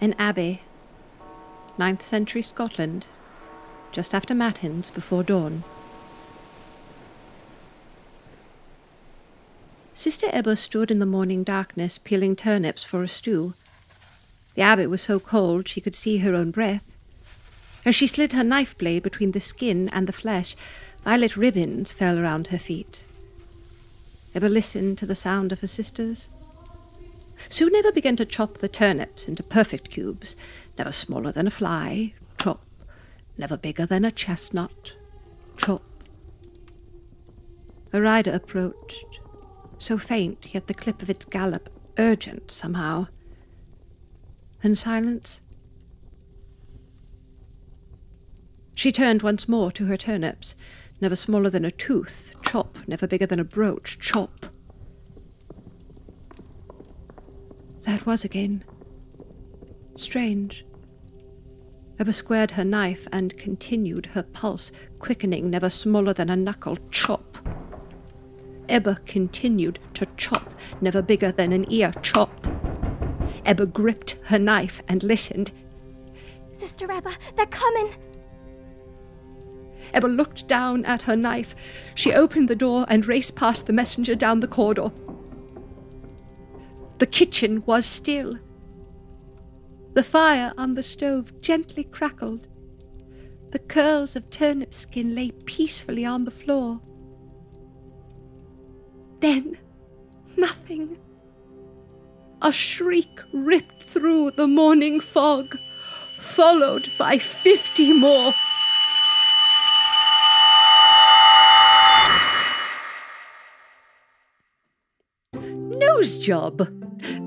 An abbey, 9th century Scotland, just after matins before dawn. Sister Ebba stood in the morning darkness peeling turnips for a stew. The abbot was so cold she could see her own breath. As she slid her knife blade between the skin and the flesh, violet ribbons fell around her feet. Ebba listened to the sound of her sisters. Soon Ebba began to chop the turnips into perfect cubes, never smaller than a fly, chop, never bigger than a chestnut, chop. A rider approached, so faint yet the clip of its gallop urgent somehow. And silence. She turned once more to her turnips, never smaller than a tooth, chop, never bigger than a brooch, chop. There it was again. Strange. Ebba squared her knife and continued, her pulse quickening, never smaller than a knuckle, chop. Ebba continued to chop, never bigger than an ear, chop. Ebba gripped her knife and listened. Sister Ebba, they're coming. Ebba looked down at her knife. She opened the door and raced past the messenger down the corridor. The kitchen was still. The fire on the stove gently crackled. The curls of turnip skin lay peacefully on the floor. Then, nothing. A shriek ripped through the morning fog, followed by fifty more. Nose Job,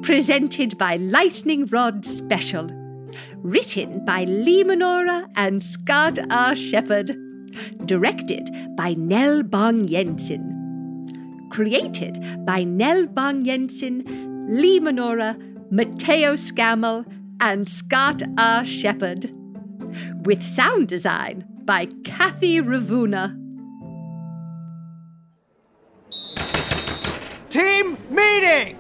presented by Lightning Rod Special, written by Lee Minora and Skad R. Shepherd, directed by Nell Bang Jensen, created by Nell Bang Jensen, Lee Minora, Matteo Scammell, and Scott R. Shepherd, with sound design by Kathy Ravuna. Team meeting!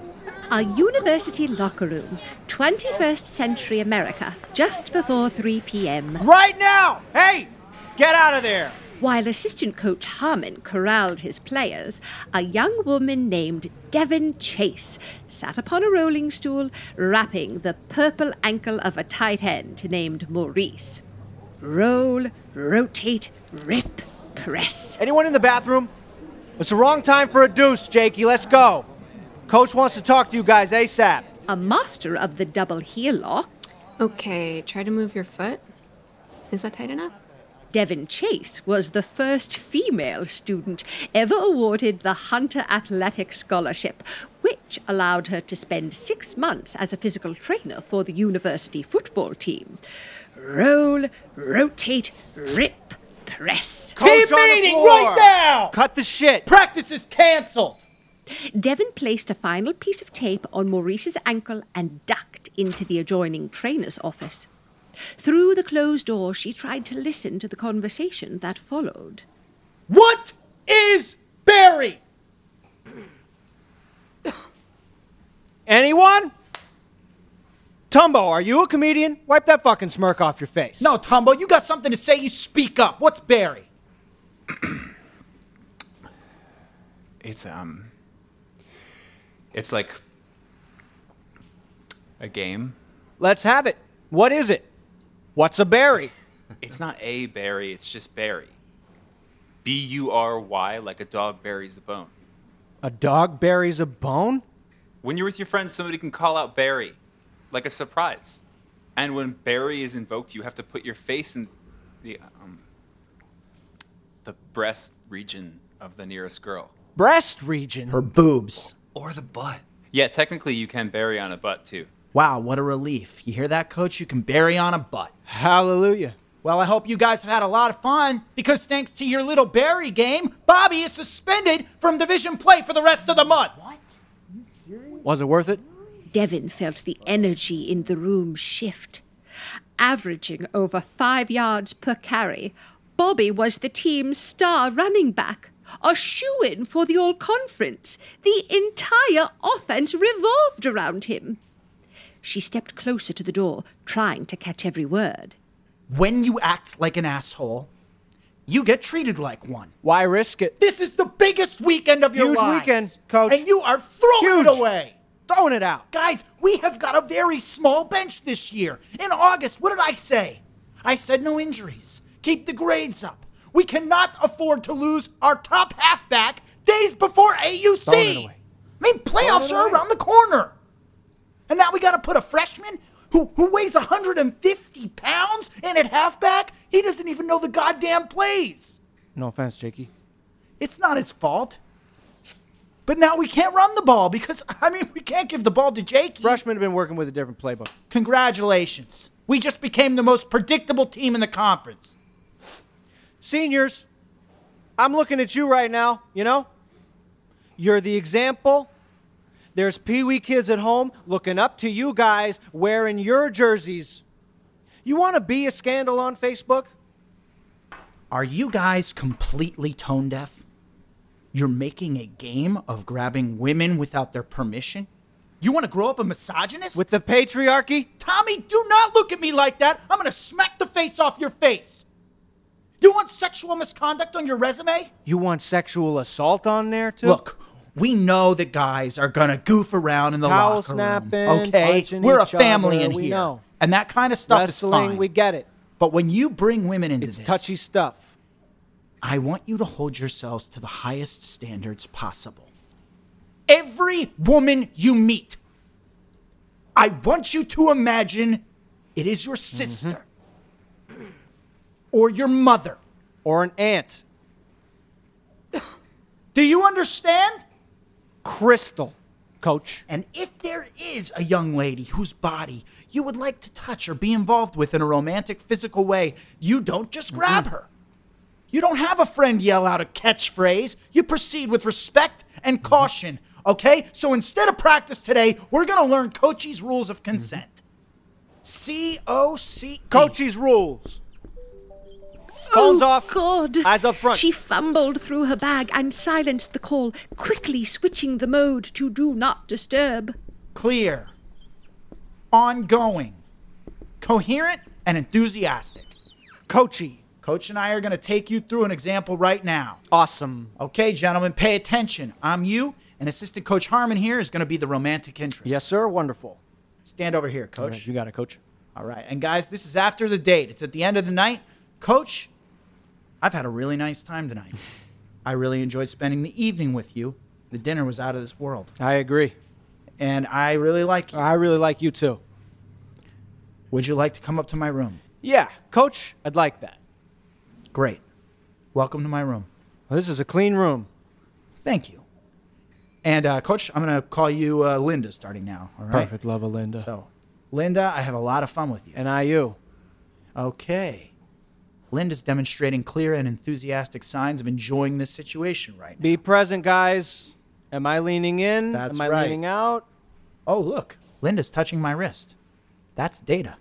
Our university locker room, 21st century America, just before 3 p.m. Right now! Hey! Get out of there! While assistant coach Harmon corralled his players, a young woman named Devon Chase sat upon a rolling stool, wrapping the purple ankle of a tight end named Maurice. Roll, rotate, rip, press. Anyone in the bathroom? It's the wrong time for a deuce, Jakey. Let's go. Coach wants to talk to you guys ASAP. A master of the double heel lock, Okay, try to move your foot. Is that tight enough? Devon Chase was the first female student ever awarded the Hunter Athletic Scholarship, which allowed her to spend six months as a physical trainer for the university football team. Roll, rotate, rip, press. Coach on the meeting floor. right now! Cut the shit! Practice is canceled. Devon placed a final piece of tape on Maurice's ankle and ducked into the adjoining trainer's office. Through the closed door, she tried to listen to the conversation that followed. What is Barry? Anyone? Tumbo, are you a comedian? Wipe that fucking smirk off your face. No, Tumbo, you got something to say, you speak up. What's Barry? It's um it's like a game. Let's have it. What is it? What's a berry? It's not a berry, it's just berry. B U R Y like a dog buries a bone. A dog buries a bone? When you're with your friends, somebody can call out Barry, like a surprise. And when Barry is invoked, you have to put your face in the um, the breast region of the nearest girl, Breast region. Her boobs. or the butt. Yeah, technically, you can bury on a butt too. Wow, what a relief. You hear that, coach? You can bury on a butt. Hallelujah. Well, I hope you guys have had a lot of fun because thanks to your little Barry game, Bobby is suspended from division play for the rest of the month. What? Was it worth it? Devon felt the energy in the room shift. Averaging over five yards per carry, Bobby was the team's star running back, a shoe in for the All Conference. The entire offense revolved around him. She stepped closer to the door, trying to catch every word. When you act like an asshole, you get treated like one. Why risk it? This is the biggest weekend of your Huge lives. weekend, Coach. And you are throwing Huge. it away. Throwing it out. Guys, we have got a very small bench this year. In August, what did I say? I said no injuries. Keep the grades up. We cannot afford to lose our top halfback days before AUC. Throw it away. I mean, playoffs are around the corner. And now we got to put a freshman who, who weighs 150 pounds in at halfback? He doesn't even know the goddamn plays. No offense, Jakey. It's not his fault. But now we can't run the ball because, I mean, we can't give the ball to Jakey. Freshmen have been working with a different playbook. Congratulations. We just became the most predictable team in the conference. Seniors, I'm looking at you right now, you know? You're the example. There's Pee Wee kids at home looking up to you guys wearing your jerseys. You want to be a scandal on Facebook? Are you guys completely tone deaf? You're making a game of grabbing women without their permission? You want to grow up a misogynist? With the patriarchy? Tommy, do not look at me like that. I'm going to smack the face off your face. You want sexual misconduct on your resume? You want sexual assault on there, too? Look, we know that guys are gonna goof around in the Towel locker snapping, room. Okay, punching we're a each family other, in we here, know. and that kind of stuff is wrestling, fine. we get it. but when you bring women into It's this, touchy stuff. I want you to hold yourselves to the highest standards possible. Every woman you meet, I want you to imagine it is your sister Mm-hmm. or your mother. Or an ant. Do you understand? Crystal, coach. And if there is a young lady whose body you would like to touch or be involved with in a romantic, physical way, you don't just grab her. You don't have a friend yell out a catchphrase. You proceed with respect and caution, okay? So instead of practice today, we're going to learn Coachy's rules of consent. C O C. E. Coachy's rules. Cones oh, off. God. Eyes up front. She fumbled through her bag and silenced the call, quickly switching the mode to do not disturb. clear, ongoing, coherent, and enthusiastic. Coachy. Coach and I are going to take you through an example right now. Awesome. Okay, gentlemen, pay attention. I'm you, and assistant coach Harmon here is going to be the romantic interest. Yes, sir. Wonderful. Stand over here, coach. You got it, coach. All right. And guys, this is after the date. It's at the end of the night. Coach, I've had a really nice time tonight. I really enjoyed spending the evening with you. The dinner was out of this world. I agree. And I really like you. I really like you too. Would you like to come up to my room? Yeah, coach, I'd like that. Great. Welcome to my room. This is a clean room. Thank you. And uh, coach, I'm going to call you uh, Linda starting now. All right. Perfect, love Linda. So, Linda, I have a lot of fun with you. And IU. Okay. Linda's demonstrating clear and enthusiastic signs of enjoying this situation right now. Be present, guys. Am I leaning in? That's Am I right. leaning out? Oh, look. Linda's touching my wrist. That's data.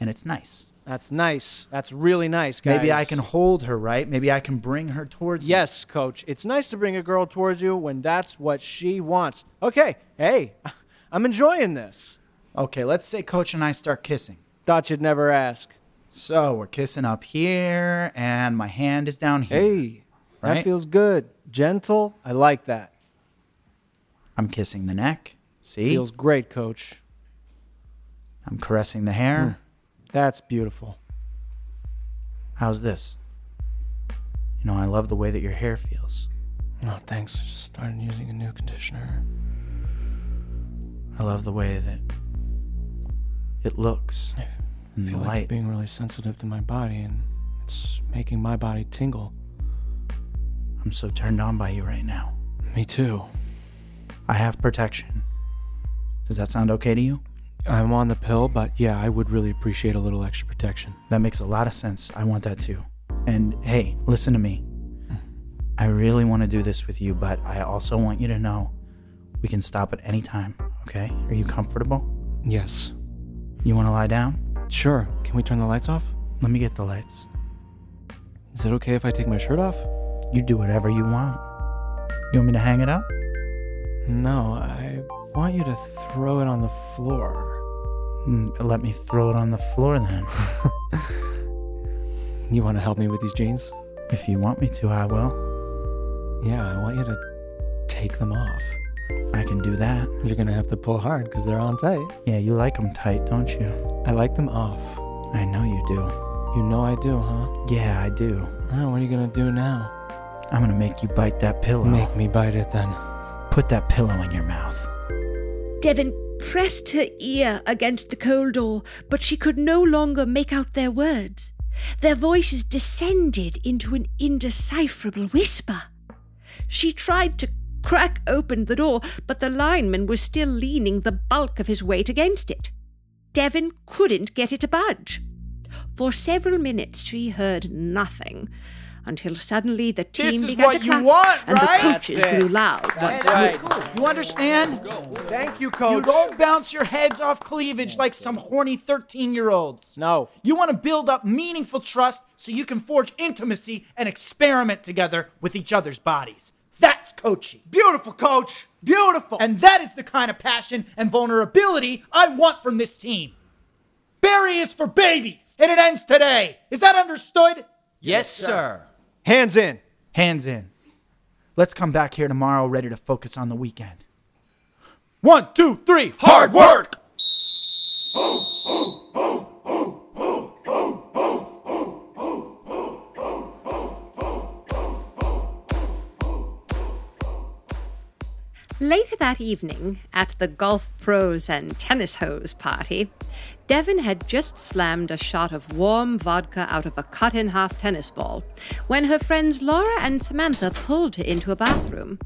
And it's nice. That's nice. That's really nice, guys. Maybe I can hold her, right? Maybe I can bring her towards me. Yes, coach. It's nice to bring a girl towards you when that's what she wants. Okay, hey, I'm enjoying this. Okay, let's say coach and I start kissing. Thought you'd never ask. So, we're kissing up here and my hand is down here. Hey, that Right? feels good. Gentle. I like that. I'm kissing the neck. See? Feels great, coach. I'm caressing the hair. Hmm. That's beautiful. How's this? You know, I love the way that your hair feels. No, thanks. Just started using a new conditioner. I love the way that it looks and the feel like light. being really sensitive to my body and it's making my body tingle. I'm so turned on by you right now. Me too. I have protection. Does that sound okay to you? I'm on the pill, but yeah, I would really appreciate a little extra protection. That makes a lot of sense. I want that too. And hey, listen to me. Hmm. I really want to do this with you, but I also want you to know we can stop at any time, okay? Are you comfortable? Yes. You want to lie down? Sure. Can we turn the lights off? Let me get the lights. Is it okay if I take my shirt off? You do whatever you want. You want me to hang it up? No, I want you to throw it on the floor. Mm, Let me throw it on the floor then. You want to help me with these jeans? if you want me to, I will. Yeah, I want you to take them off. I can do that. You're going to have to pull hard because they're on tight. Yeah, you like 'em tight, don't you? I like them off. I know you do. You know I do, huh? Yeah, I do. Alright, what are you going to do now? I'm gonna make you bite that pillow. Make me bite it then. Put that pillow in your mouth. Devon pressed her ear against the coal door, but she could no longer make out their words. Their voices descended into an indecipherable whisper. She tried to crack open the door, but the lineman was still leaning the bulk of his weight against it. Devon couldn't get it to budge. For several minutes she heard nothing, until suddenly the team is began what to you clap want, and right? the coaches That's it. grew loud once more. You understand? Thank you, You coach. don't bounce your heads off cleavage like some horny 13 year olds. No. You want to build up meaningful trust so you can forge intimacy and experiment together with each other's bodies. That's coaching. Beautiful, coach. Beautiful. And that is the kind of passion and vulnerability I want from this team. Barry is for babies, and it ends today. Is that understood? Yes, sir. hands in. Hands in. Let's come back here tomorrow ready to focus on the weekend. One, two, three, hard work! Later that evening, at the golf pros and tennis hose party, Devon had just slammed a shot of warm vodka out of a cut in half tennis ball when her friends Laura and Samantha pulled her into a bathroom.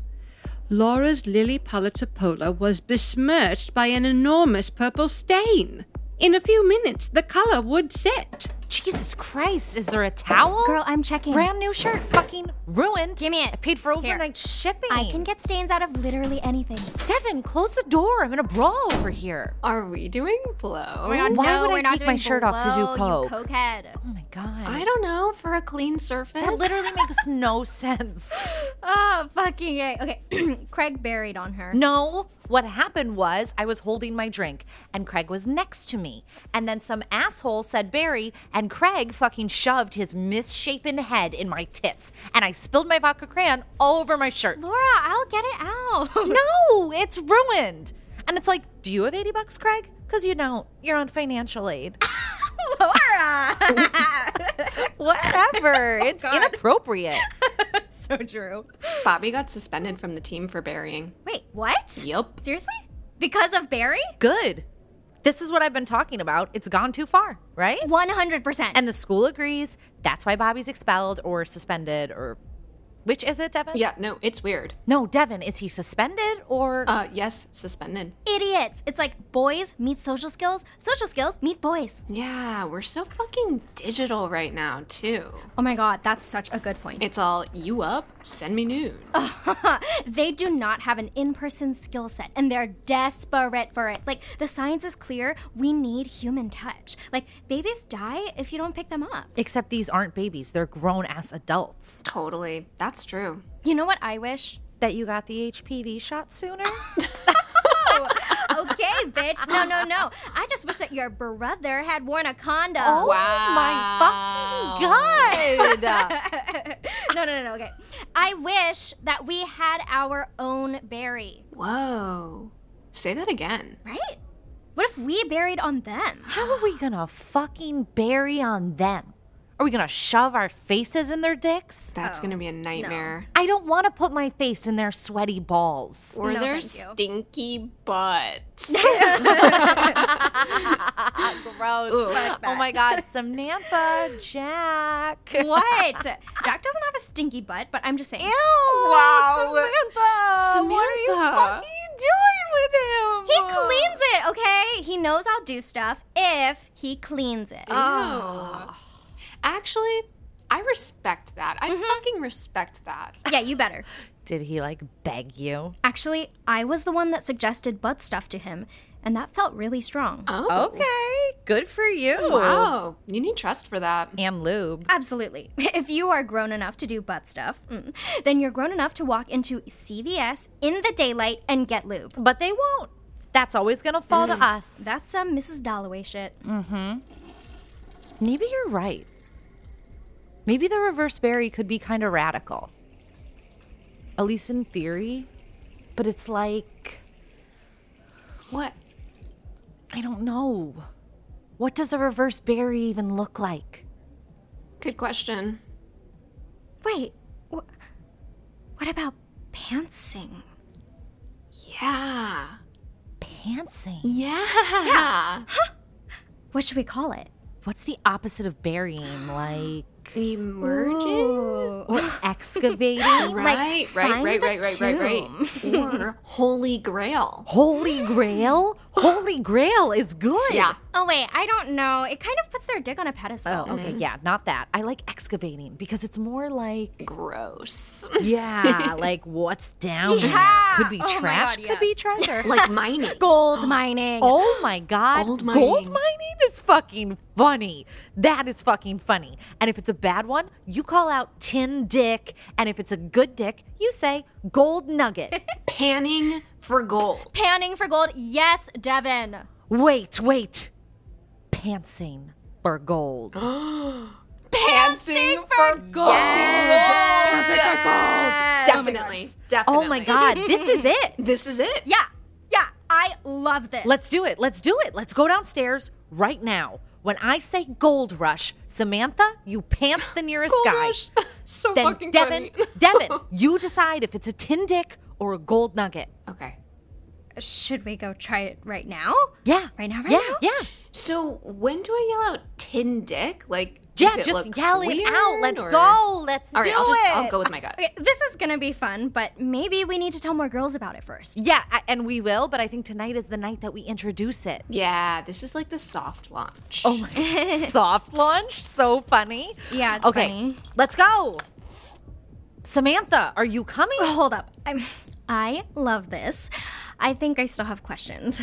Laura's Lily Pulitzer polo was besmirched by an enormous purple stain. In a few minutes, the color would set. Jesus Christ, is there a towel? Girl, I'm checking. Brand new shirt, fucking ruined. Give me it. I paid for overnight shipping. I can get stains out of literally anything. Devin, close the door. I'm in a brawl over here. Oh Are we doing Oh blow? Why would I take my shirt off to do coke? cokehead. Oh my god. I don't know. For a clean surface. That literally makes no sense. Ah, fucking A. Okay, Craig buried on her. No, what happened was I was holding my drink and Craig was next to me. And then some asshole said Barry, and Craig fucking shoved his misshapen head in my tits. And I spilled my vodka crayon all over my shirt. Laura, I'll get it out. No, it's ruined. And it's like, do you have 80 bucks, Craig? Because you don't. You're on financial aid. Laura. Oh, Whatever. it's God. inappropriate. so true. Bobby got suspended from the team for burying. Wait, what? Yep. Seriously? Because of Barry? Good. This is what I've been talking about. It's gone too far, right? 100%. And the school agrees. That's why Bobby's expelled or suspended or. Which is it, Devin? Yeah, no, it's weird. No, Devin, is he suspended or. Uh, yes, suspended. idiots. It's like boys meet social skills, social skills meet boys. Yeah, we're so fucking digital right now, too. Oh my god, that's such a good point. It's all you up, send me nudes. they do not have an in person skill set and they're desperate for it. Like, the science is clear. We need human touch. Like, babies die if you don't pick them up. Except these aren't babies, they're grown ass adults. Totally. That's true. You know what I wish? That you got the HPV shot sooner? okay, bitch. No, no, no. I just wish that your brother had worn a condom. Oh my fucking god! No, no, no, no. Okay. I wish that we had our own Barry, Whoa. Say that again. right? What if we buried on them? How are we gonna fucking bury on them? Are we gonna shove our faces in their dicks? That's gonna be a nightmare. I don't wanna put my face in their sweaty balls. Or No, their thank you. stinky butts. Gross. fuck Oh my god, Samantha, Jack. What? Jack doesn't have a stinky butt, but I'm just saying. Ew! Wow. Samantha! What are you Samantha. fucking doing with him? He cleans it, okay? He knows I'll do stuff if he cleans it. Oh. Actually, I respect that. I fucking respect that. yeah, you better. Did he like beg you? Actually, I was the one that suggested butt stuff to him, and that felt really strong. Oh. Okay, good for you. Wow. You need trust for that. And lube. Absolutely. If you are grown enough to do butt stuff, mm, then you're grown enough to walk into CVS in the daylight and get lube. But they won't. That's always gonna fall to us. That's some Mrs. Dalloway shit. Mm. Maybe you're right. Maybe the reverse berry could be kind of radical. At least in theory. But it's like, What? I don't know. What does a reverse berry even look like? Good question. Wait, wh- what about pantsing? Yeah. Pantsing. Yeah. What should we call it? What's the opposite of burying? Like, Emerging? or excavating? Right, right, find right, the right, right, right, right. Or Holy Grail. Holy Grail? Holy Grail is good. Yeah. Oh, wait, I don't know. It kind of puts their dick on a pedestal. Oh, Mm-hmm. okay, yeah, not that. I like excavating because it's more like Gross. yeah, like what's down Yeah. there could be Oh my trash, God, could be yes. treasure. like mining. Gold mining. Oh my god. Gold Gold mining. mining is fucking funny. That is fucking funny. And if it's a bad one, you call out tin dick, and if it's a good dick, you say gold nugget. Panning for gold. Panning for gold. Yes, Devin. wait, wait. Pantsing for gold. Pantsing for gold. Pantsing for gold. Definitely. Definitely. Oh my god, this is it. This is it. Yeah, yeah, I love this. Let's do it. Let's do it. Let's go downstairs right now. When I say gold rush, Samantha, you pants the nearest Gold guy. rush. so Then fucking Devin, funny. Devin, you decide if it's a tin dick or a gold nugget. Okay. Should we go try it right now? Yeah. Right now, right yeah, now? Yeah. So when do I yell out tin dick? Like, if Yeah, it just looks yell it out. weird, Let's or- go. Let's All right, do I'll, it. just, I'll go with my gut. Okay, this is gonna be fun, but maybe we need to tell more girls about it first. yeah, I- and we will, but I think tonight is the night that we introduce it. Yeah, this is like the soft launch. Oh my soft launch, so funny. Yeah, it's okay, funny. let's go. Samantha, are you coming? Hold up. I'm, I love this. I think I still have questions.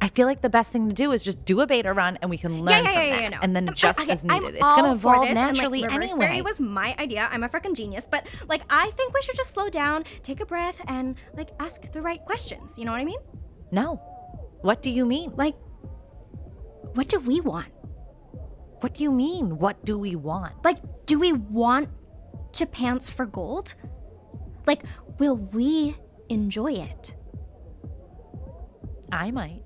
I feel like the best thing to do is just do a beta run, and we can learn yeah, from yeah, that, yeah, no. and then Um, just okay, as I'm needed. It's gonna all for evolve this, and, naturally like, reverse anyway. berry was my idea. I'm a freaking genius, but like I think we should just slow down, take a breath, and like ask the right questions. You know what I mean? no, what do you mean? Like, Like, what do we want? what do you mean? What do we want? Like, do we want to pants for gold? Like, will we enjoy it? I might,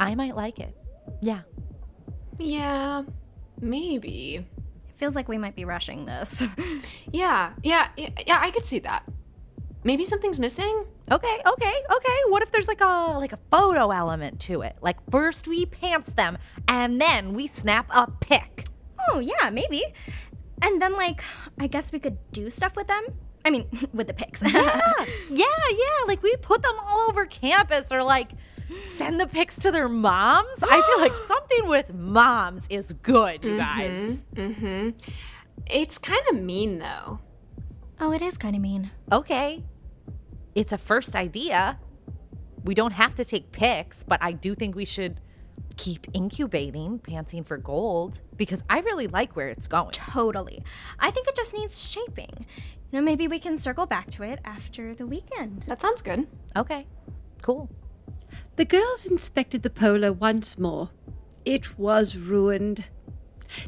I might like it. Yeah, Yeah, maybe. It feels like we might be rushing this. Yeah, yeah, yeah, yeah, I could see that. Maybe something's missing? Okay, okay, okay. What if there's like a like a photo element to it? Like first we pants them and then we snap a pic. oh, yeah, maybe. And then, like, I guess we could do stuff with them. I mean, with the pics. Yeah, yeah, like we put them all over campus or like send the pics to their moms. I feel like something with moms is good, you guys. It's kind of mean though. oh, it is kind of mean. Okay. It's a first idea. We don't have to take pics, but I do think we should keep incubating pantsing for gold because I really like where it's going. Totally. I think it just needs shaping. You know, maybe we can circle back to it after the weekend. That sounds good. Okay. Cool. The girls inspected the polo once more. It was ruined.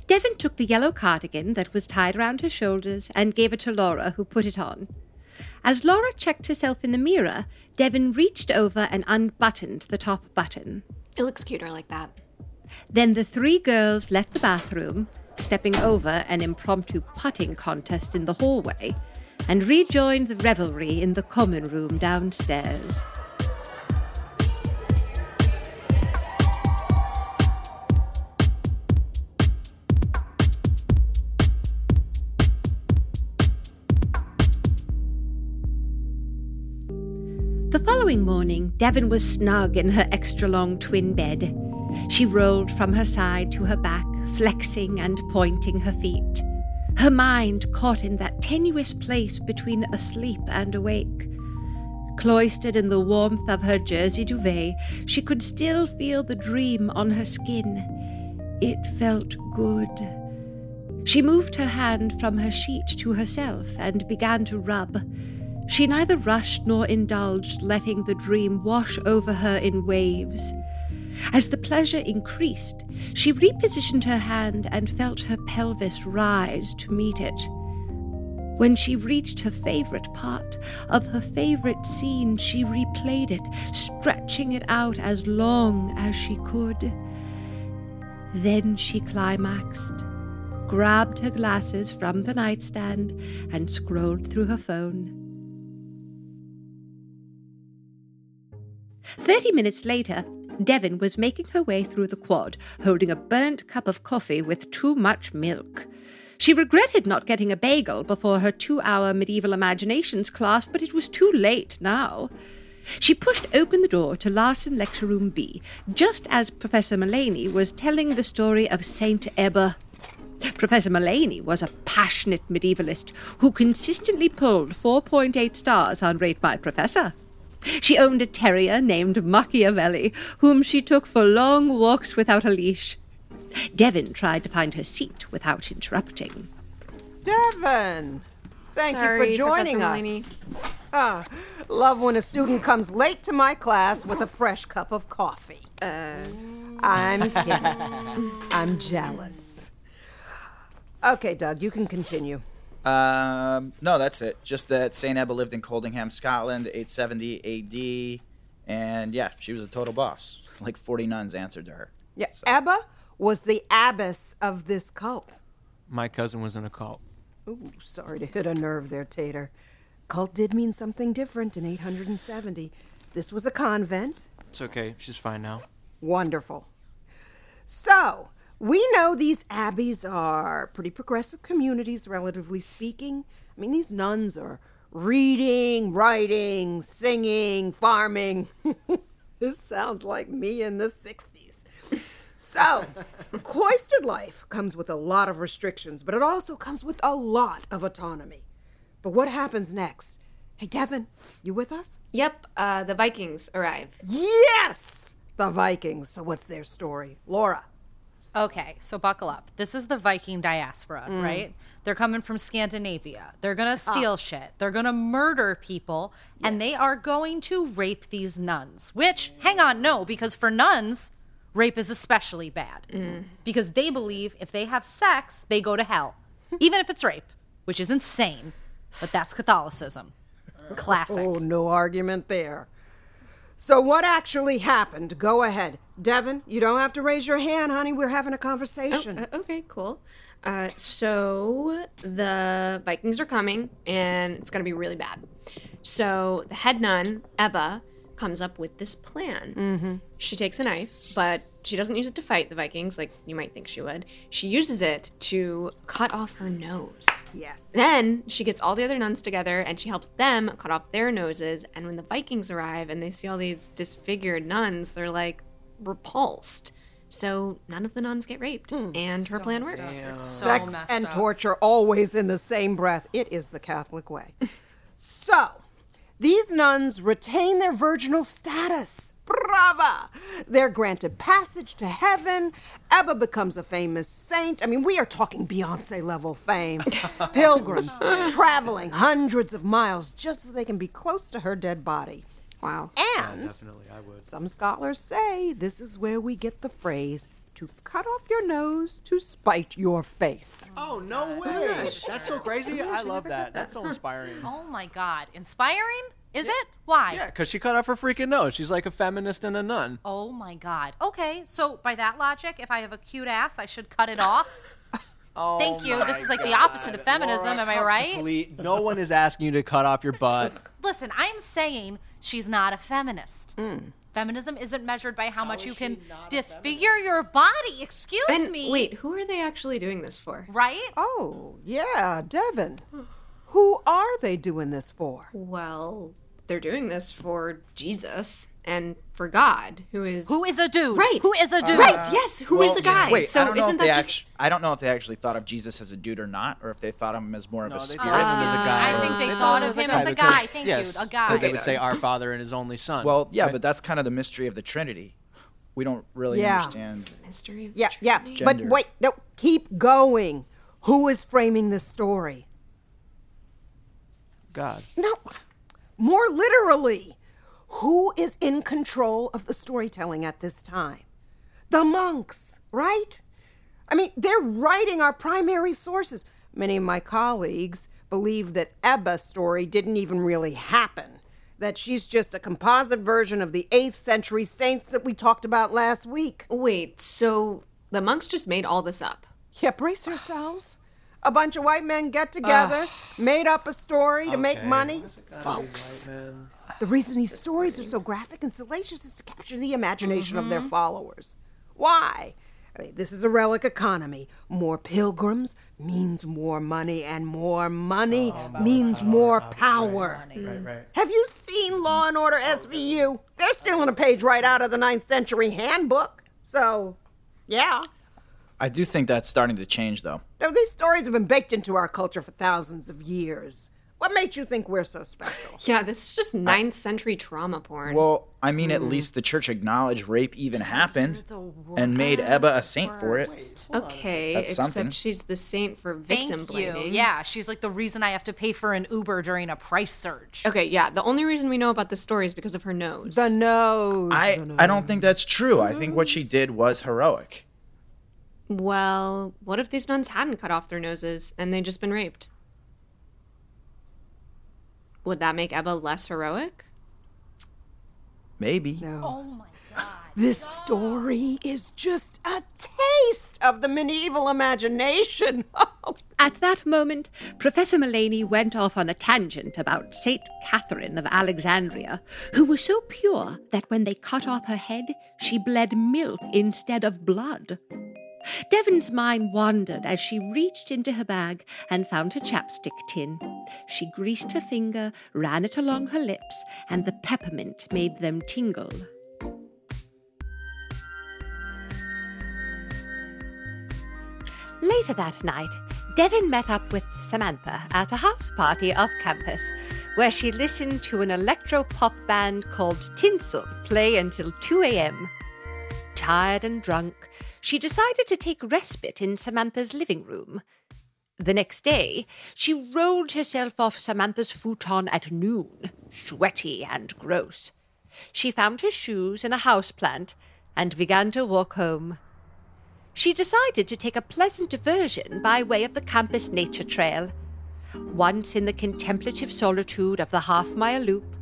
Devon took the yellow cardigan that was tied round her shoulders and gave it to Laura, who put it on. As Laura checked herself in the mirror, Devon reached over and unbuttoned the top button. It looks cuter like that. Then the three girls left the bathroom, stepping over an impromptu putting contest in the hallway, and rejoined the revelry in the common room downstairs. The following morning, Devon was snug in her extra long twin bed. She rolled from her side to her back, flexing and pointing her feet. Her mind caught in that tenuous place between asleep and awake. Cloistered in the warmth of her jersey duvet, she could still feel the dream on her skin. It felt good. She moved her hand from her sheet to herself and began to rub. She neither rushed nor indulged, letting the dream wash over her in waves. As the pleasure increased, she repositioned her hand and felt her pelvis rise to meet it. When she reached her favorite part of her favorite scene, she replayed it, stretching it out as long as she could. Then she climaxed, grabbed her glasses from the nightstand, and scrolled through her phone. Thirty minutes later, Devon was making her way through the quad, holding a burnt cup of coffee with too much milk. She regretted not getting a bagel before her two hour medieval imaginations class, but it was too late now. She pushed open the door to Larson Lecture Room B, just as Professor Mullaney was telling the story of Saint Ebba. Professor Mullaney was a passionate medievalist who consistently pulled 4.8 stars on Rate My Professor. She owned a terrier named Machiavelli, whom she took for long walks without a leash. Devon tried to find her seat without interrupting. Devon! Thank Sorry, you for joining Professor Mullaney. us. Ah, love when a student comes late to my class with a fresh cup of coffee. I'm kidding. I'm jealous. Okay, Doug, you can continue. Um, no, that's it. Just that St. Ebba lived in Coldingham, Scotland, 870 AD. And yeah, she was a total boss. Like 40 nuns answered to her. Yeah, Abba was the abbess of this cult. My cousin was in a cult. Ooh, sorry to hit a nerve there, Tater. Cult did mean something different in 870. This was a convent. It's okay. She's fine now. Wonderful. So, we know these abbeys are pretty progressive communities, relatively speaking. I mean, these nuns are reading, writing, singing, farming. this sounds like me in the 60s. So, cloistered life comes with a lot of restrictions, but it also comes with a lot of autonomy. But what happens next? Hey, Devin, you with us? Yep, uh, the Vikings arrive. Yes! The Vikings. So, what's their story? Laura. Okay, so buckle up. This is the Viking diaspora, Mm. right? They're coming from Scandinavia. They're going to Ah. steal shit. They're going to murder people. And they are going to rape these nuns, which, hang on, no, because for nuns, rape is especially bad. Mm. Because they believe if they have sex, they go to hell, even if it's rape, which is insane. But that's Catholicism. Classic. Oh, no argument there. So, what actually happened? Go ahead. Devin, you don't have to raise your hand, honey. We're having a conversation. Uh, okay, cool. Uh, so the Vikings are coming, and it's going to be really bad. So the head nun, Ebba, comes up with this plan. Mm-hmm. She takes a knife, but she doesn't use it to fight the Vikings like you might think she would. She uses it to cut off her nose. yes. Then she gets all the other nuns together and she helps them cut off their noses. And when the Vikings arrive and they see all these disfigured nuns, they're like repulsed. So none of the nuns get raped, Hmm. and her plan works. So Sex messed and up. torture always in the same breath. It is the Catholic way. so, these nuns retain their virginal status. Brava! They're granted passage to heaven. Ebba becomes a famous saint. I mean, we are talking Beyonce level fame. Pilgrims traveling hundreds of miles just so they can be close to her dead body. Wow. And some scholars say this is where we get the phrase to cut off your nose to spite your face. Oh no way! That's so crazy. I love that. That's so inspiring. Oh my God. Inspiring? Is it? Why? Yeah, because she cut off her freaking nose. She's like a feminist and a nun. Oh my god. Okay, so by that logic, if I have a cute ass, I should cut it off. Thank you. This is like the opposite of feminism, am I right? Complete- No one is asking you to cut off your butt. Listen, I'm saying she's not a feminist. Feminism isn't measured by how, much you can disfigure your body. Excuse And me. wait, who are they actually doing this for? Right? Oh, yeah, Devin. Who are they doing this for? Well, they're doing this for Jesus and for God, who is Who is a dude? Right. Uh, Who is a dude? right? Yes, who is Well, a guy? Wait, so I don't know isn't if that they just act- I don't know if they actually thought of Jesus as a dude or not, or if they thought of him as more of a they spirit. thought of him as a guy. Uh, I think they They thought thought it of was a him guy as a because- guy. Thank yes, you, a But they guy. would say our Father and His only Son. Well, yeah, but that's kind of the mystery of the Trinity. We don't really Yeah. understand. mystery of the Yeah, yeah. Trinity? But Gender. wait, no, keep going. Who is framing the story? God. No, more literally, who is in control of the storytelling at this time? The monks, right? I mean, they're writing our primary sources. Many of my colleagues believe that Ebba's story didn't even really happen, that she's just a composite version of the 8th century saints that we talked about last week. Wait, so the monks just made all this up? Yeah, brace yourselves. A bunch of white men get together, made up a story to make Okay, money. why's it gotta be Folks, the reason these stories are so graphic and salacious is to capture the imagination of their Mhm. followers. Why? I mean, this is a relic economy. More pilgrims means more money, and more money Oh, means more power. Right, right. Have you seen Law and Order SVU? They're stealing a page right out of the ninth century handbook. So, yeah. I do think that's starting to change, though. Now, these stories have been baked into our culture for thousands of years. What makes you think we're so special? Yeah, this is just ninth century trauma porn. Well, I mean, at least the church acknowledged rape even happened and made Ebba a saint for it. okay, That's except something. she's the saint for Thank victim you. blaming. Yeah, she's like the reason I have to pay for an Uber during a price surge. Okay, yeah. The only reason we know about this story is because of her nose. The nose. I, I don't think that's true. I think what she did was heroic. Well, what if these nuns hadn't cut off their noses and they'd just been raped? Would that make Ebba less heroic? Maybe. No. Oh my god. This story is just a taste of the medieval imagination. Oh, At that moment, Professor Mullaney went off on a tangent about Saint Catherine of Alexandria, who was so pure that when they cut off her head, she bled milk instead of blood. Devon's mind wandered as she reached into her bag and found her chapstick tin. She greased her finger, ran it along her lips, and the peppermint made them tingle. Later that night, Devin met up with Samantha at a house party off campus, where she listened to an electro pop band called Tinsel play until 2 a.m. Tired and drunk, she decided to take respite in Samantha's living room. The next day, she rolled herself off Samantha's futon at noon, sweaty and gross. She found her shoes in a houseplant and began to walk home. She decided to take a pleasant diversion by way of the campus nature trail. Once in the contemplative solitude of the half mile loop,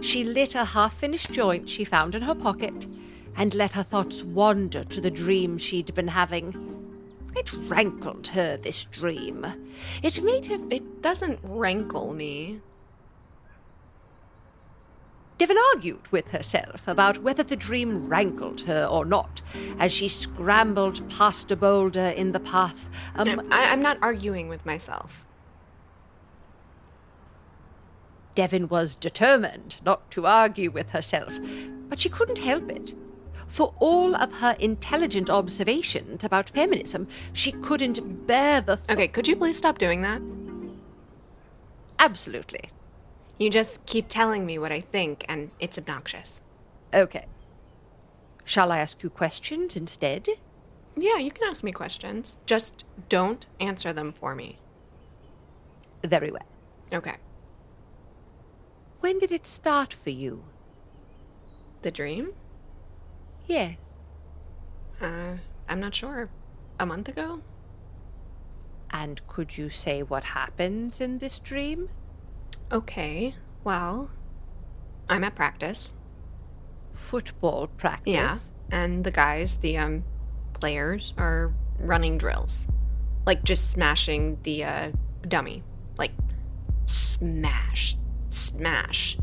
she lit a half finished joint she found in her pocket and let her thoughts wander to the dream she'd been having. It rankled her, this dream. It made her. It doesn't rankle me. Devon argued with herself about whether the dream rankled her or not as she scrambled past a boulder in the path. Um, I, I'm not arguing with myself. Devon was determined not to argue with herself, but she couldn't help it. For all of her intelligent observations about feminism, she couldn't bear the thought. Okay, could you please stop doing that? Absolutely. You just keep telling me what I think, and it's obnoxious. Okay. Shall I ask you questions instead? Yeah, you can ask me questions. Just don't answer them for me. Very well. Okay. When did it start for you? The dream? Yes. Uh, I'm not sure. A month ago? And could you say what happens in this dream? Okay. Well, I'm at practice. Football practice? Yeah. And the guys, the um, players, are running drills. Like just smashing the uh, dummy. Like smash, smash.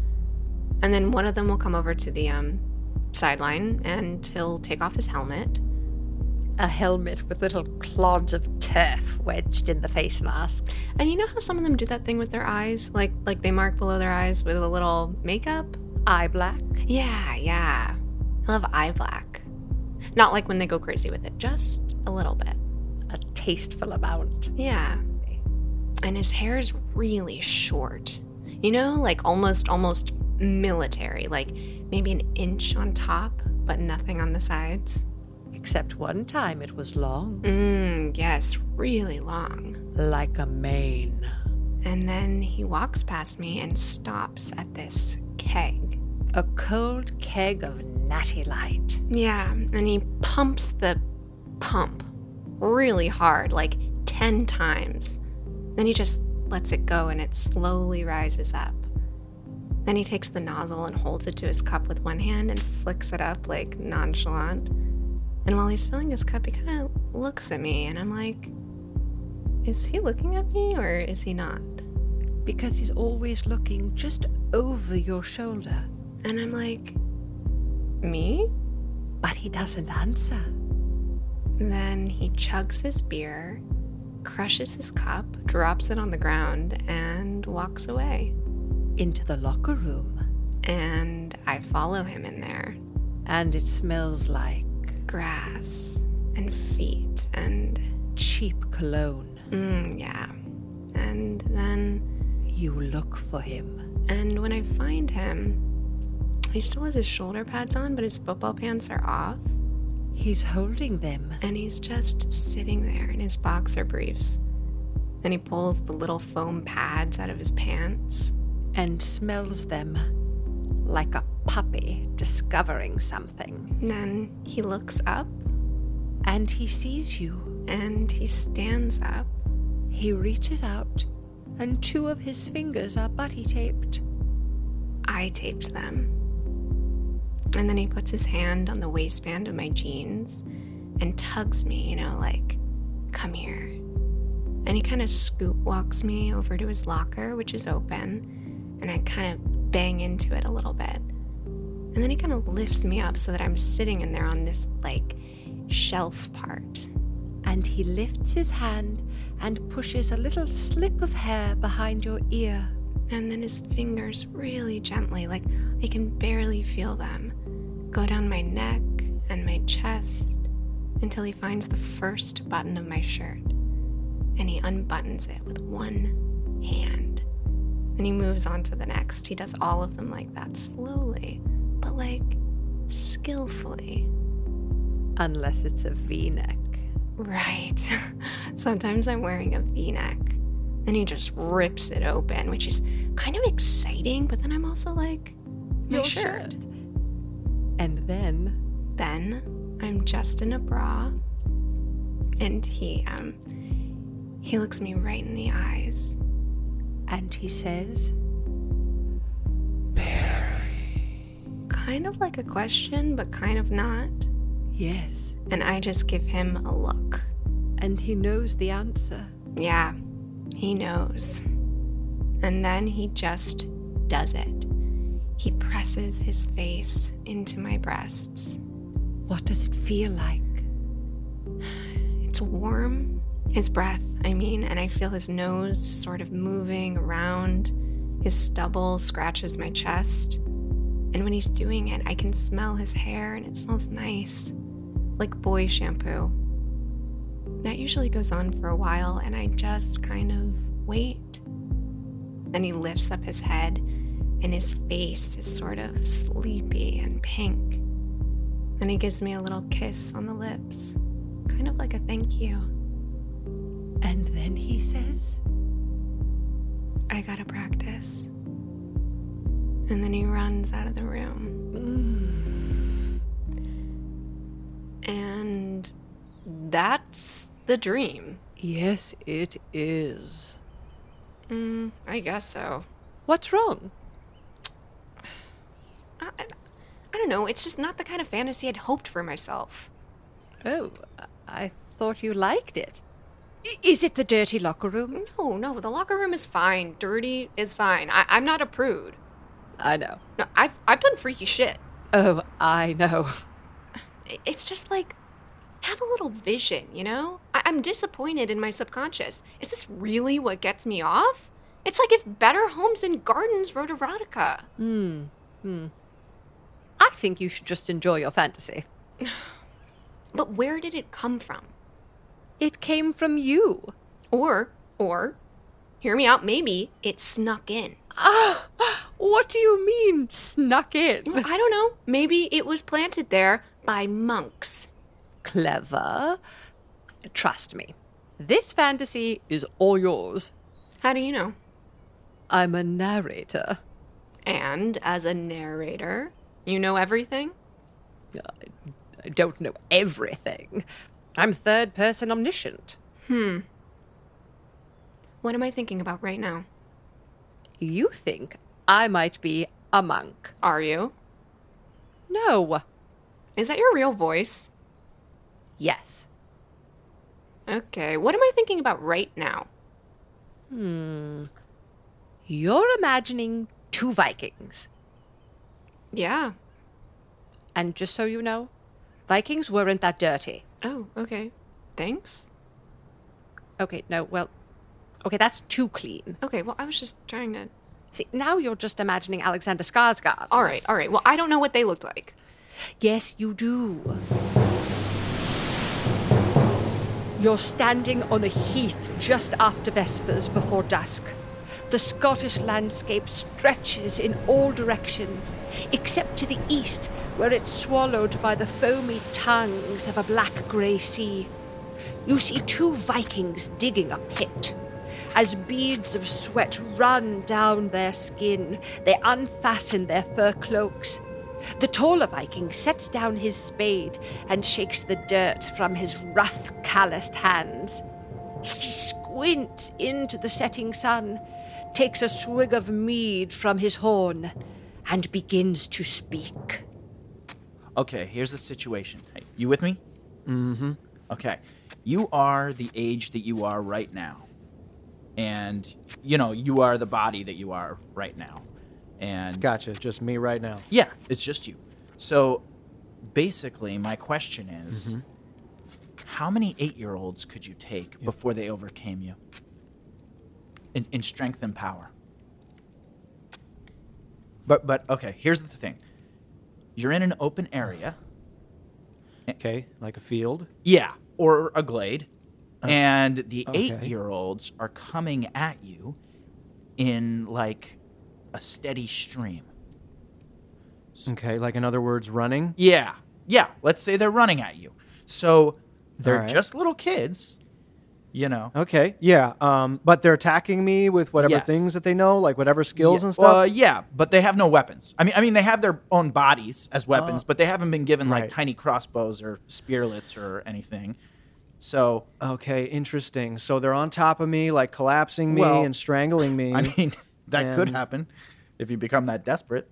And then one of them will come over to the um, sideline and he'll take off his helmet. A helmet with little clods of turf wedged in the face mask. And you know how some of them do that thing with their eyes? Like like they mark below their eyes with a little makeup? Eye black? Yeah, yeah. I love eye black. Not like when they go crazy with it, just a little bit. A tasteful amount. Yeah. And his hair is really short. You know, like almost almost military, like maybe an inch on top, but nothing on the sides. Except one time it was long. Mm, Mmm, yes, really long. Like a mane. And then he walks past me and stops at this keg. A cold keg of natty light. Yeah, and he pumps the pump really hard, like 10 times. Then he just lets it go and it slowly rises up. Then he takes the nozzle and holds it to his cup with one hand and flicks it up like nonchalant. And while he's filling his cup, he kind of looks at me and I'm like, is he looking at me or is he not? Because he's always looking just over your shoulder. And I'm like, me? But he doesn't answer. Then he chugs his beer, crushes his cup, drops it on the ground, and walks away. Into the locker room. And I follow him in there. And it smells like grass and feet and cheap cologne. Mm, yeah. And then. You look for him. And when I find him, he still has his shoulder pads on, but his football pants are off. He's holding them. And he's just sitting there in his boxer briefs. Then he pulls the little foam pads out of his pants. And smells them like a puppy discovering something. Then he looks up. And he sees you. And he stands up. He reaches out, and two of his fingers are butty taped. I taped them. And then he puts his hand on the waistband of my jeans and tugs me, you know, like, come here. And he kind of scoot walks me over to his locker, which is open, and I kind of bang into it a little bit. And then he kind of lifts me up so that I'm sitting in there on this, like, shelf part. And he lifts his hand and pushes a little slip of hair behind your ear and then his fingers really gently, like I can barely feel them, go down my neck and my chest until he finds the first button of my shirt and he unbuttons it with one hand. Then he moves on to the next. He does all of them like that, slowly, but like skillfully. Unless it's a v neck. Right. Sometimes I'm wearing a v neck. Then he just rips it open, which is kind of exciting, but then I'm also like, my Your shirt. shirt. And then Then I'm just in a bra, and he um he looks me right in the eyes. and he says, Kind of like a question, but kind of not. Yes. And I just give him a look. And he knows the answer. Yeah, he knows. And then he just does it. He presses his face into my breasts. What does it feel like? It's warm, his breath, I mean, and I feel his nose sort of moving around. His stubble scratches my chest. And when he's doing it, I can smell his hair and it smells nice, like boy shampoo. That usually goes on for a while, and I just kind of wait. Then he lifts up his head, and his face is sort of sleepy and pink. Then he gives me a little kiss on the lips kind of like a thank you. And then he says, I gotta practice. And then he runs out of the room. And that's the dream. Yes, it is. Mm, I guess so. What's wrong? I, I I don't know. It's just not the kind of fantasy I'd hoped for myself. Oh, I thought you liked it. I- Is it the dirty locker room? No, no, the locker room is fine. Dirty is fine. I, I'm not a prude. I know. No, I've, I've done freaky shit. Oh, I know. I- it's just like have a little vision you know I- i'm disappointed in my subconscious is this really what gets me off it's like if better homes and gardens wrote erotica Hmm. Hmm. I think you should just enjoy your fantasy. but where did it come from It came from you. or or hear me out maybe it snuck in What do you mean, snuck in? i don't know maybe it was planted there by monks Clever. Trust me. This fantasy is all yours. how do you know I'm a narrator. And as a narrator, you know everything? I don't know everything. I'm third person omniscient. Hmm. What am I thinking about right now? You think I might be a monk. Are you? No. Is that your real voice? Yes. Okay, what am I thinking about right now? Hmm. You're imagining two Vikings. Yeah. And just so you know, Vikings weren't that dirty. Oh, okay. Thanks. Okay, no, well, okay, that's too clean. Okay, well, I was just trying to. See, now you're just imagining Alexander Skarsgård. All right, all right. Well, I don't know what they looked like. Yes, you do. You're standing on a heath just after Vespers before dusk. The Scottish landscape stretches in all directions, except to the east, where it's swallowed by the foamy tongues of a black grey sea. You see two Vikings digging a pit. As beads of sweat run down their skin, they unfasten their fur cloaks. The taller Viking sets down his spade and shakes the dirt from his rough, calloused hands. He squints into the setting sun, takes a swig of mead from his horn, and begins to speak. Okay, here's the situation. Hey, you with me? Mm-hmm. Okay. You are the age that you are right now. And, you know, you are the body that you are right now. And Gotcha, just me right now. yeah, it's just you. So basically, my question is Mhm. how many eight year olds could you take before they overcame you in, in strength and power? But, but, okay, here's the thing you're in an open area. Okay, like a field. Yeah, Uh, or a glade. and the okay. eight year olds are coming at you in like a steady stream. Okay, like in other words, running. Yeah, yeah, let's say they're running at you. So they're Alright. just little kids, you know. Okay, yeah. Um, but they're attacking me with whatever Yes. things that they know, like whatever skills Yeah, and stuff. Uh, yeah, but they have no weapons. I mean, I mean, they have their own bodies Uh. as weapons, Oh. but they haven't been given like Right. tiny crossbows or spearlets or anything. So Okay, interesting. So they're on top of me, like collapsing me Well, and strangling me. Mm. I mean, that could And- happen if you become that desperate.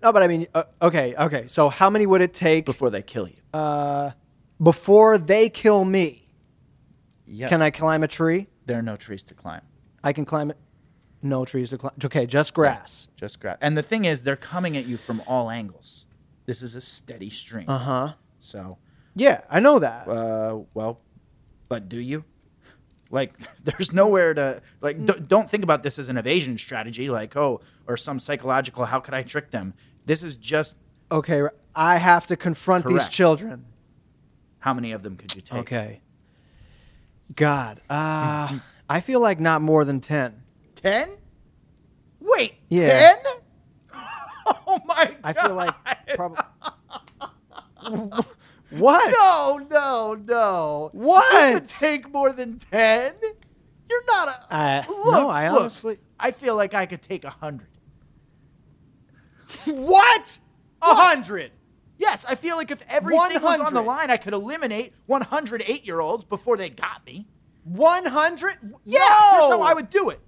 No, but I mean, uh, okay, okay. So how many would it take before they kill you? Uh, before they kill me, Yes. can I climb a tree? There are no trees to climb. I can climb it. No trees to climb. Okay, just grass. Just grab. And the thing is, they're coming at you from all angles. This is a steady stream. Uh huh. So, Yeah, I know that. uh, well, but do you? Like, there's nowhere to like. D- don't think about this as an evasion strategy, like oh, or some psychological. How could I trick them? This is just Okay, I have to confront these Correct. children. how many of them could you take? Okay. God, uh, I feel like not more than ten. Ten? Wait, Yeah. ten? oh my god! I feel like probably. what? No, no, no. What? You could take more than ten. You're not a. Uh, Look, no, I look, honestly. I feel like I could take a hundred. what? A hundred? Yes, I feel like if everything was on 100. the line, I could eliminate 100 eight-year-olds before they got me. 100? Yeah, here's how I would do it.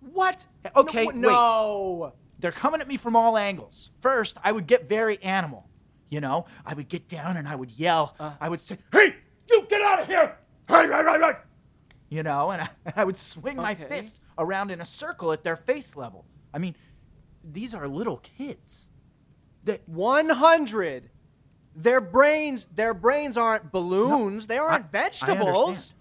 What? Okay, no. wait. no. They're coming at me from all angles. First, I would get very animal. You know, I would get down and I would yell. Uh. I would say, "Hey, you get out of here!" Hey, hey, hey, hey. You know, and I, and I would swing my Okay. fists around in a circle at their face level. I mean, these are little kids. That 100. Their brains, their brains aren't balloons. they aren't vegetables.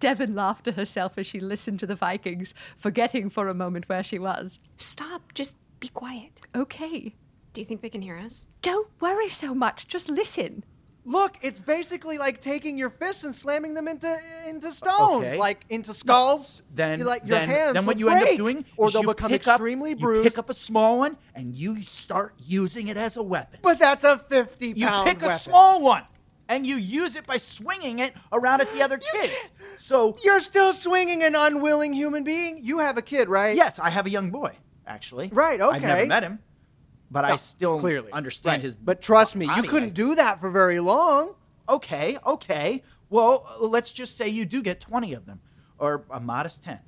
Devon laughed to herself as she listened to the Vikings, forgetting for a moment where she was. Stop. Just be quiet. Okay, Do you think they can hear us? don't worry so much, just listen. Look, it's basically like taking your fists and slamming them into into stones, okay. like into skulls. Then, You- like your then, hands then what will you end up break, doing or is they'll you become pick up- extremely You bruised. pick up a small one and you start using it as a weapon. but that's a fifty You pound pick a weapon. small one. and you use it by swinging it around at the other kids. So you're still swinging an unwilling human being. You have a kid, right? Yes, I have a young boy, actually. Right. Okay. I've never met him, but I No, still clearly. Right. understand his. But trust me, you body couldn't language. do that for very long. Okay, okay. Well, let's just say you do get 20 of them, or a modest 10.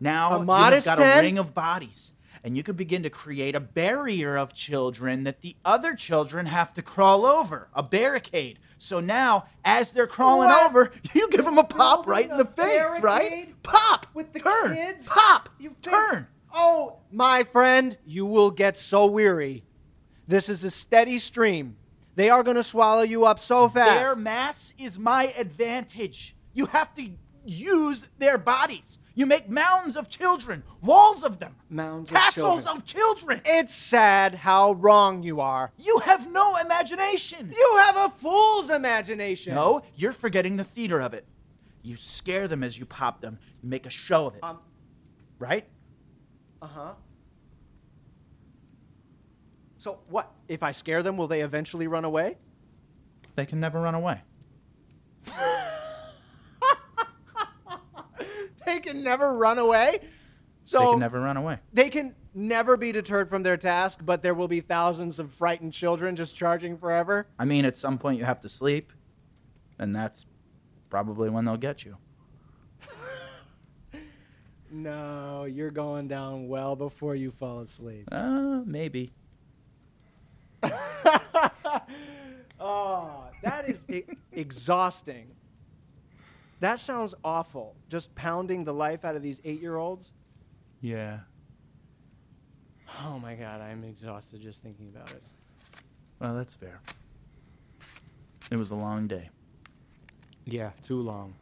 Now A modest you've got 10? a ring of bodies, and you could begin to create a barrier of children that the other children have to crawl over, a barricade. So now, as they're crawling What? over, you give them a pop right in the face, right? Pop! Oh, With the turn, kids? Pop! You think- turn! Oh, my friend, you will get so weary. This is a steady stream. They are going to swallow you up so fast. Their mass is my advantage. You have to use their bodies. You make mounds of children, walls of them, Mounds castles of children. It's sad how wrong you are. You have no imagination. You have a fool's imagination. No, you're forgetting the theater of it. You scare them as you pop them. You make a show of it. Um, right? Uh huh. So what? If I scare them, will they eventually run away? They can never run away. They can never run away. So they can never run away. they can never be deterred from their task, but there will be thousands of frightened children just charging forever. I mean, at some point you have to sleep, and that's probably when they'll get you. No, you're going down well before you fall asleep. Uh, maybe. Oh, that is e- exhausting. That sounds awful. Just pounding the life out of these eight year olds. Yeah. Oh my God, I'm exhausted just thinking about it. Well, that's fair. It was a long day. Yeah, too long.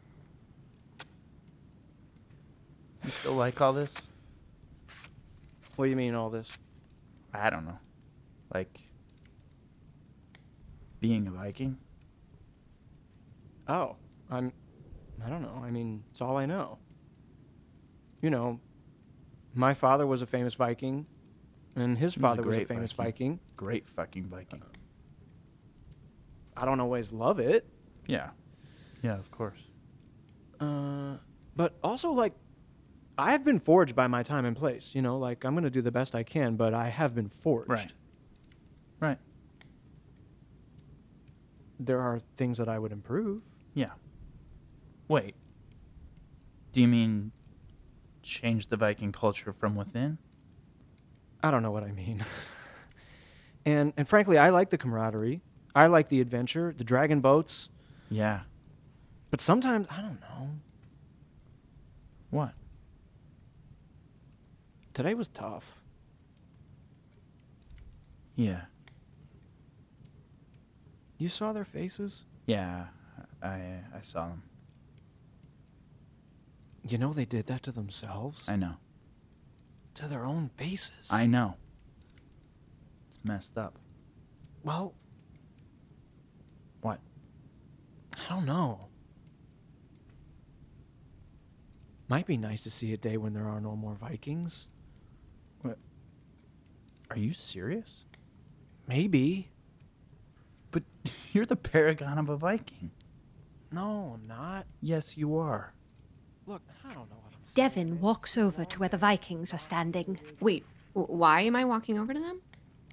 You still like all this? What do you mean, all this? I don't know. Like being a Viking? Oh, I'm. I don't know. I mean, it's all I know. You know, my father was a famous Viking, and his He was a father was a great famous Viking. Viking. Great fucking Viking. I don't always love it, Yeah. Yeah, of course. uh, but also like, I have been forged by my time and place. You know, like I'm gonna do the best I can, but I have been forged. Right. Right. There are things that I would improve. Yeah. Wait. Do you mean change the Viking culture from within? I don't know what I mean. and and frankly, I like the camaraderie. I like the adventure, the dragon boats. Yeah. But sometimes I don't know. What? Today was tough. Yeah. You saw their faces? Yeah. I I saw them. You know they did that to themselves? I know. to their own faces. I know. It's messed up. well, What? I don't know. Might be nice to see a day when there are no more Vikings. What? Are you serious? Maybe. But you're the paragon of a Viking. No, I'm not. Yes, you are. Look, I don't know what I'm saying. Devin walks over to where the Vikings are standing. Wait, w- why am I walking over to them?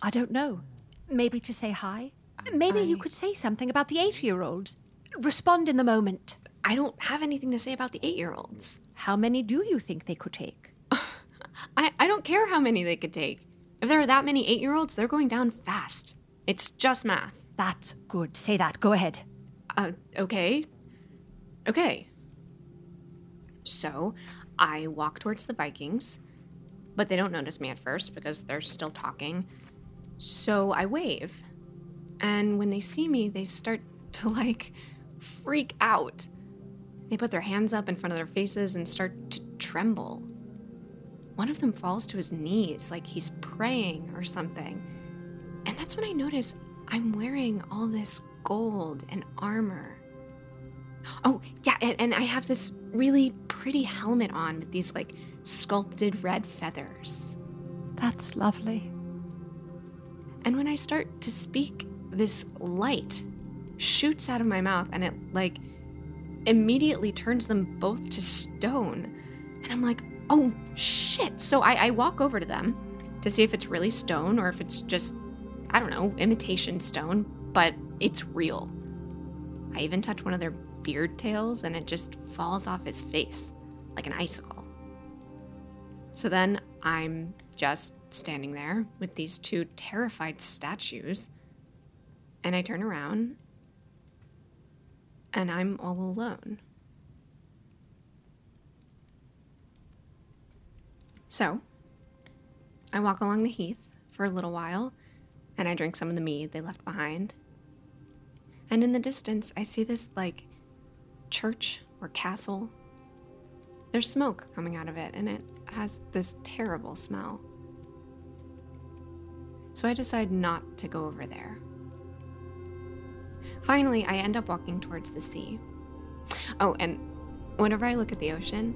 I don't know. Maybe to say hi? Maybe you could say something about the eight year olds. Respond in the moment. I don't have anything to say about the eight year olds. How many do you think they could take? I, I don't care how many they could take. If there are that many eight year olds, they're going down fast. It's just math. That's good. Say that. Go ahead. Uh, okay. Okay. So I walk towards the Vikings, but they don't notice me at first because they're still talking. So I wave. And when they see me, they start to like freak out. They put their hands up in front of their faces and start to tremble. One of them falls to his knees like he's praying or something. And that's when I notice I'm wearing all this gold and armor. Oh, yeah, and, and I have this really pretty helmet on with these like sculpted red feathers. That's lovely. And when I start to speak, this light shoots out of my mouth and it like immediately turns them both to stone. And I'm like, oh shit. So I, I walk over to them to see if it's really stone or if it's just, I don't know, imitation stone, but it's real. I even touch one of their beard tails and it just falls off his face like an icicle. So then I'm just standing there with these two terrified statues. And I turn around and I'm all alone. So I walk along the heath for a little while and I drink some of the mead they left behind. And in the distance, I see this like church or castle. There's smoke coming out of it and it has this terrible smell. So I decide not to go over there. Finally, I end up walking towards the sea. Oh, and whenever I look at the ocean,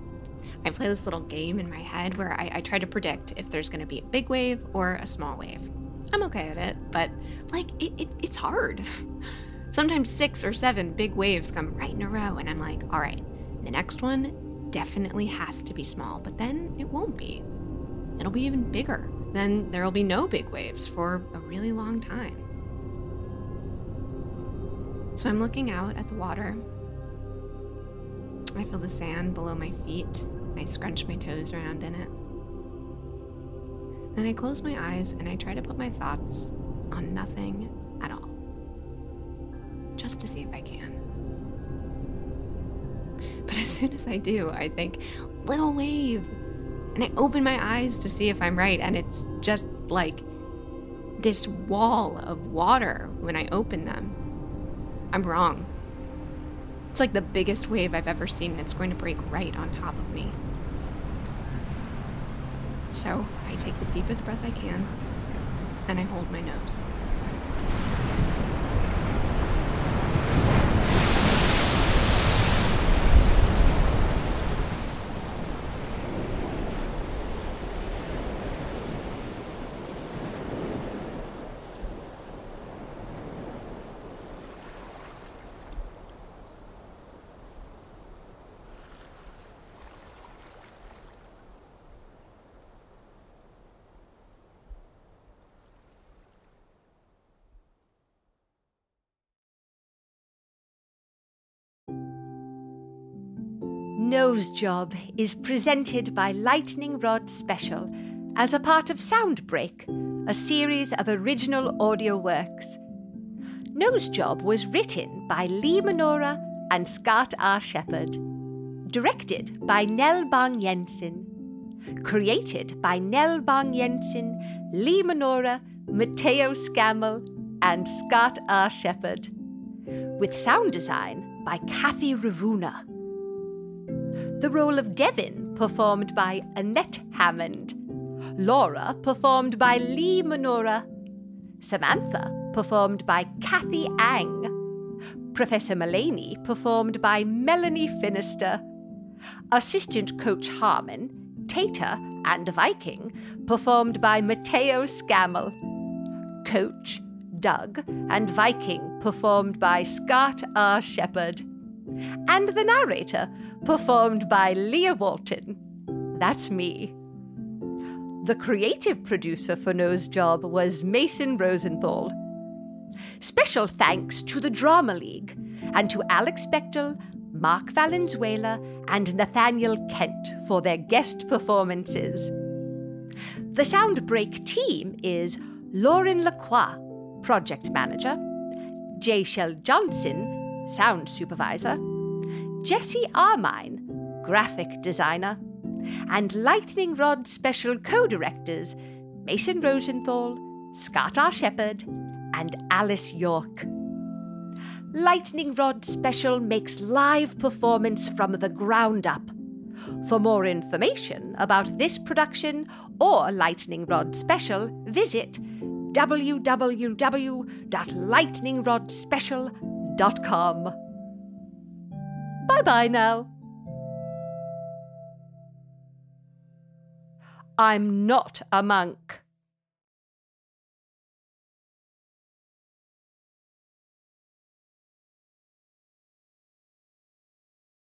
I play this little game in my head where I, I try to predict if there's going to be a big wave or a small wave. I'm okay at it, but like it, it, it's hard. Sometimes six or seven big waves come right in a row, and I'm like, all right, the next one definitely has to be small, but then it won't be. It'll be even bigger. Then there'll be no big waves for a really long time. So I'm looking out at the water. I feel the sand below my feet. I scrunch my toes around in it. Then I close my eyes and I try to put my thoughts on nothing at all. Just to see if I can. But as soon as I do, I think, little wave! And I open my eyes to see if I'm right, and it's just like this wall of water when I open them. I'm wrong. It's like the biggest wave I've ever seen, and it's going to break right on top of me. So I take the deepest breath I can, and I hold my nose. Nose Job is presented by Lightning Rod Special as a part of Soundbreak, a series of original audio works. Nose Job was written by Lee Minora and Scott R. Shepherd, directed by Nell Bang Jensen, created by Nell Bang Jensen, Lee Minora, Matteo Scammell, and Scott R. Shepherd, with sound design by Kathy Ravuna the role of Devin, performed by Annette Hammond, Laura, performed by Lee Minora, Samantha, performed by Kathy Ang, Professor Mullaney, performed by Melanie Finister, Assistant Coach Harmon, Tater, and Viking, performed by Matteo Scammell, Coach, Doug, and Viking, performed by Scott R. Shepherd and the narrator, performed by Leah Walton. That's me. The creative producer for Nose Job was Mason Rosenthal. Special thanks to the Drama League and to Alex Bechtel, Mark Valenzuela, and Nathaniel Kent for their guest performances. The Soundbreak team is Lauren Lacroix, Project Manager, J. Shell Johnson, sound supervisor, Jesse Armine, graphic designer, and Lightning Rod special co directors Mason Rosenthal, Scott R. Shepard, and Alice York. Lightning Rod Special makes live performance from the ground up. For more information about this production or Lightning Rod Special, visit www.lightningrodspecial.com. Bye bye now. I'm not a monk.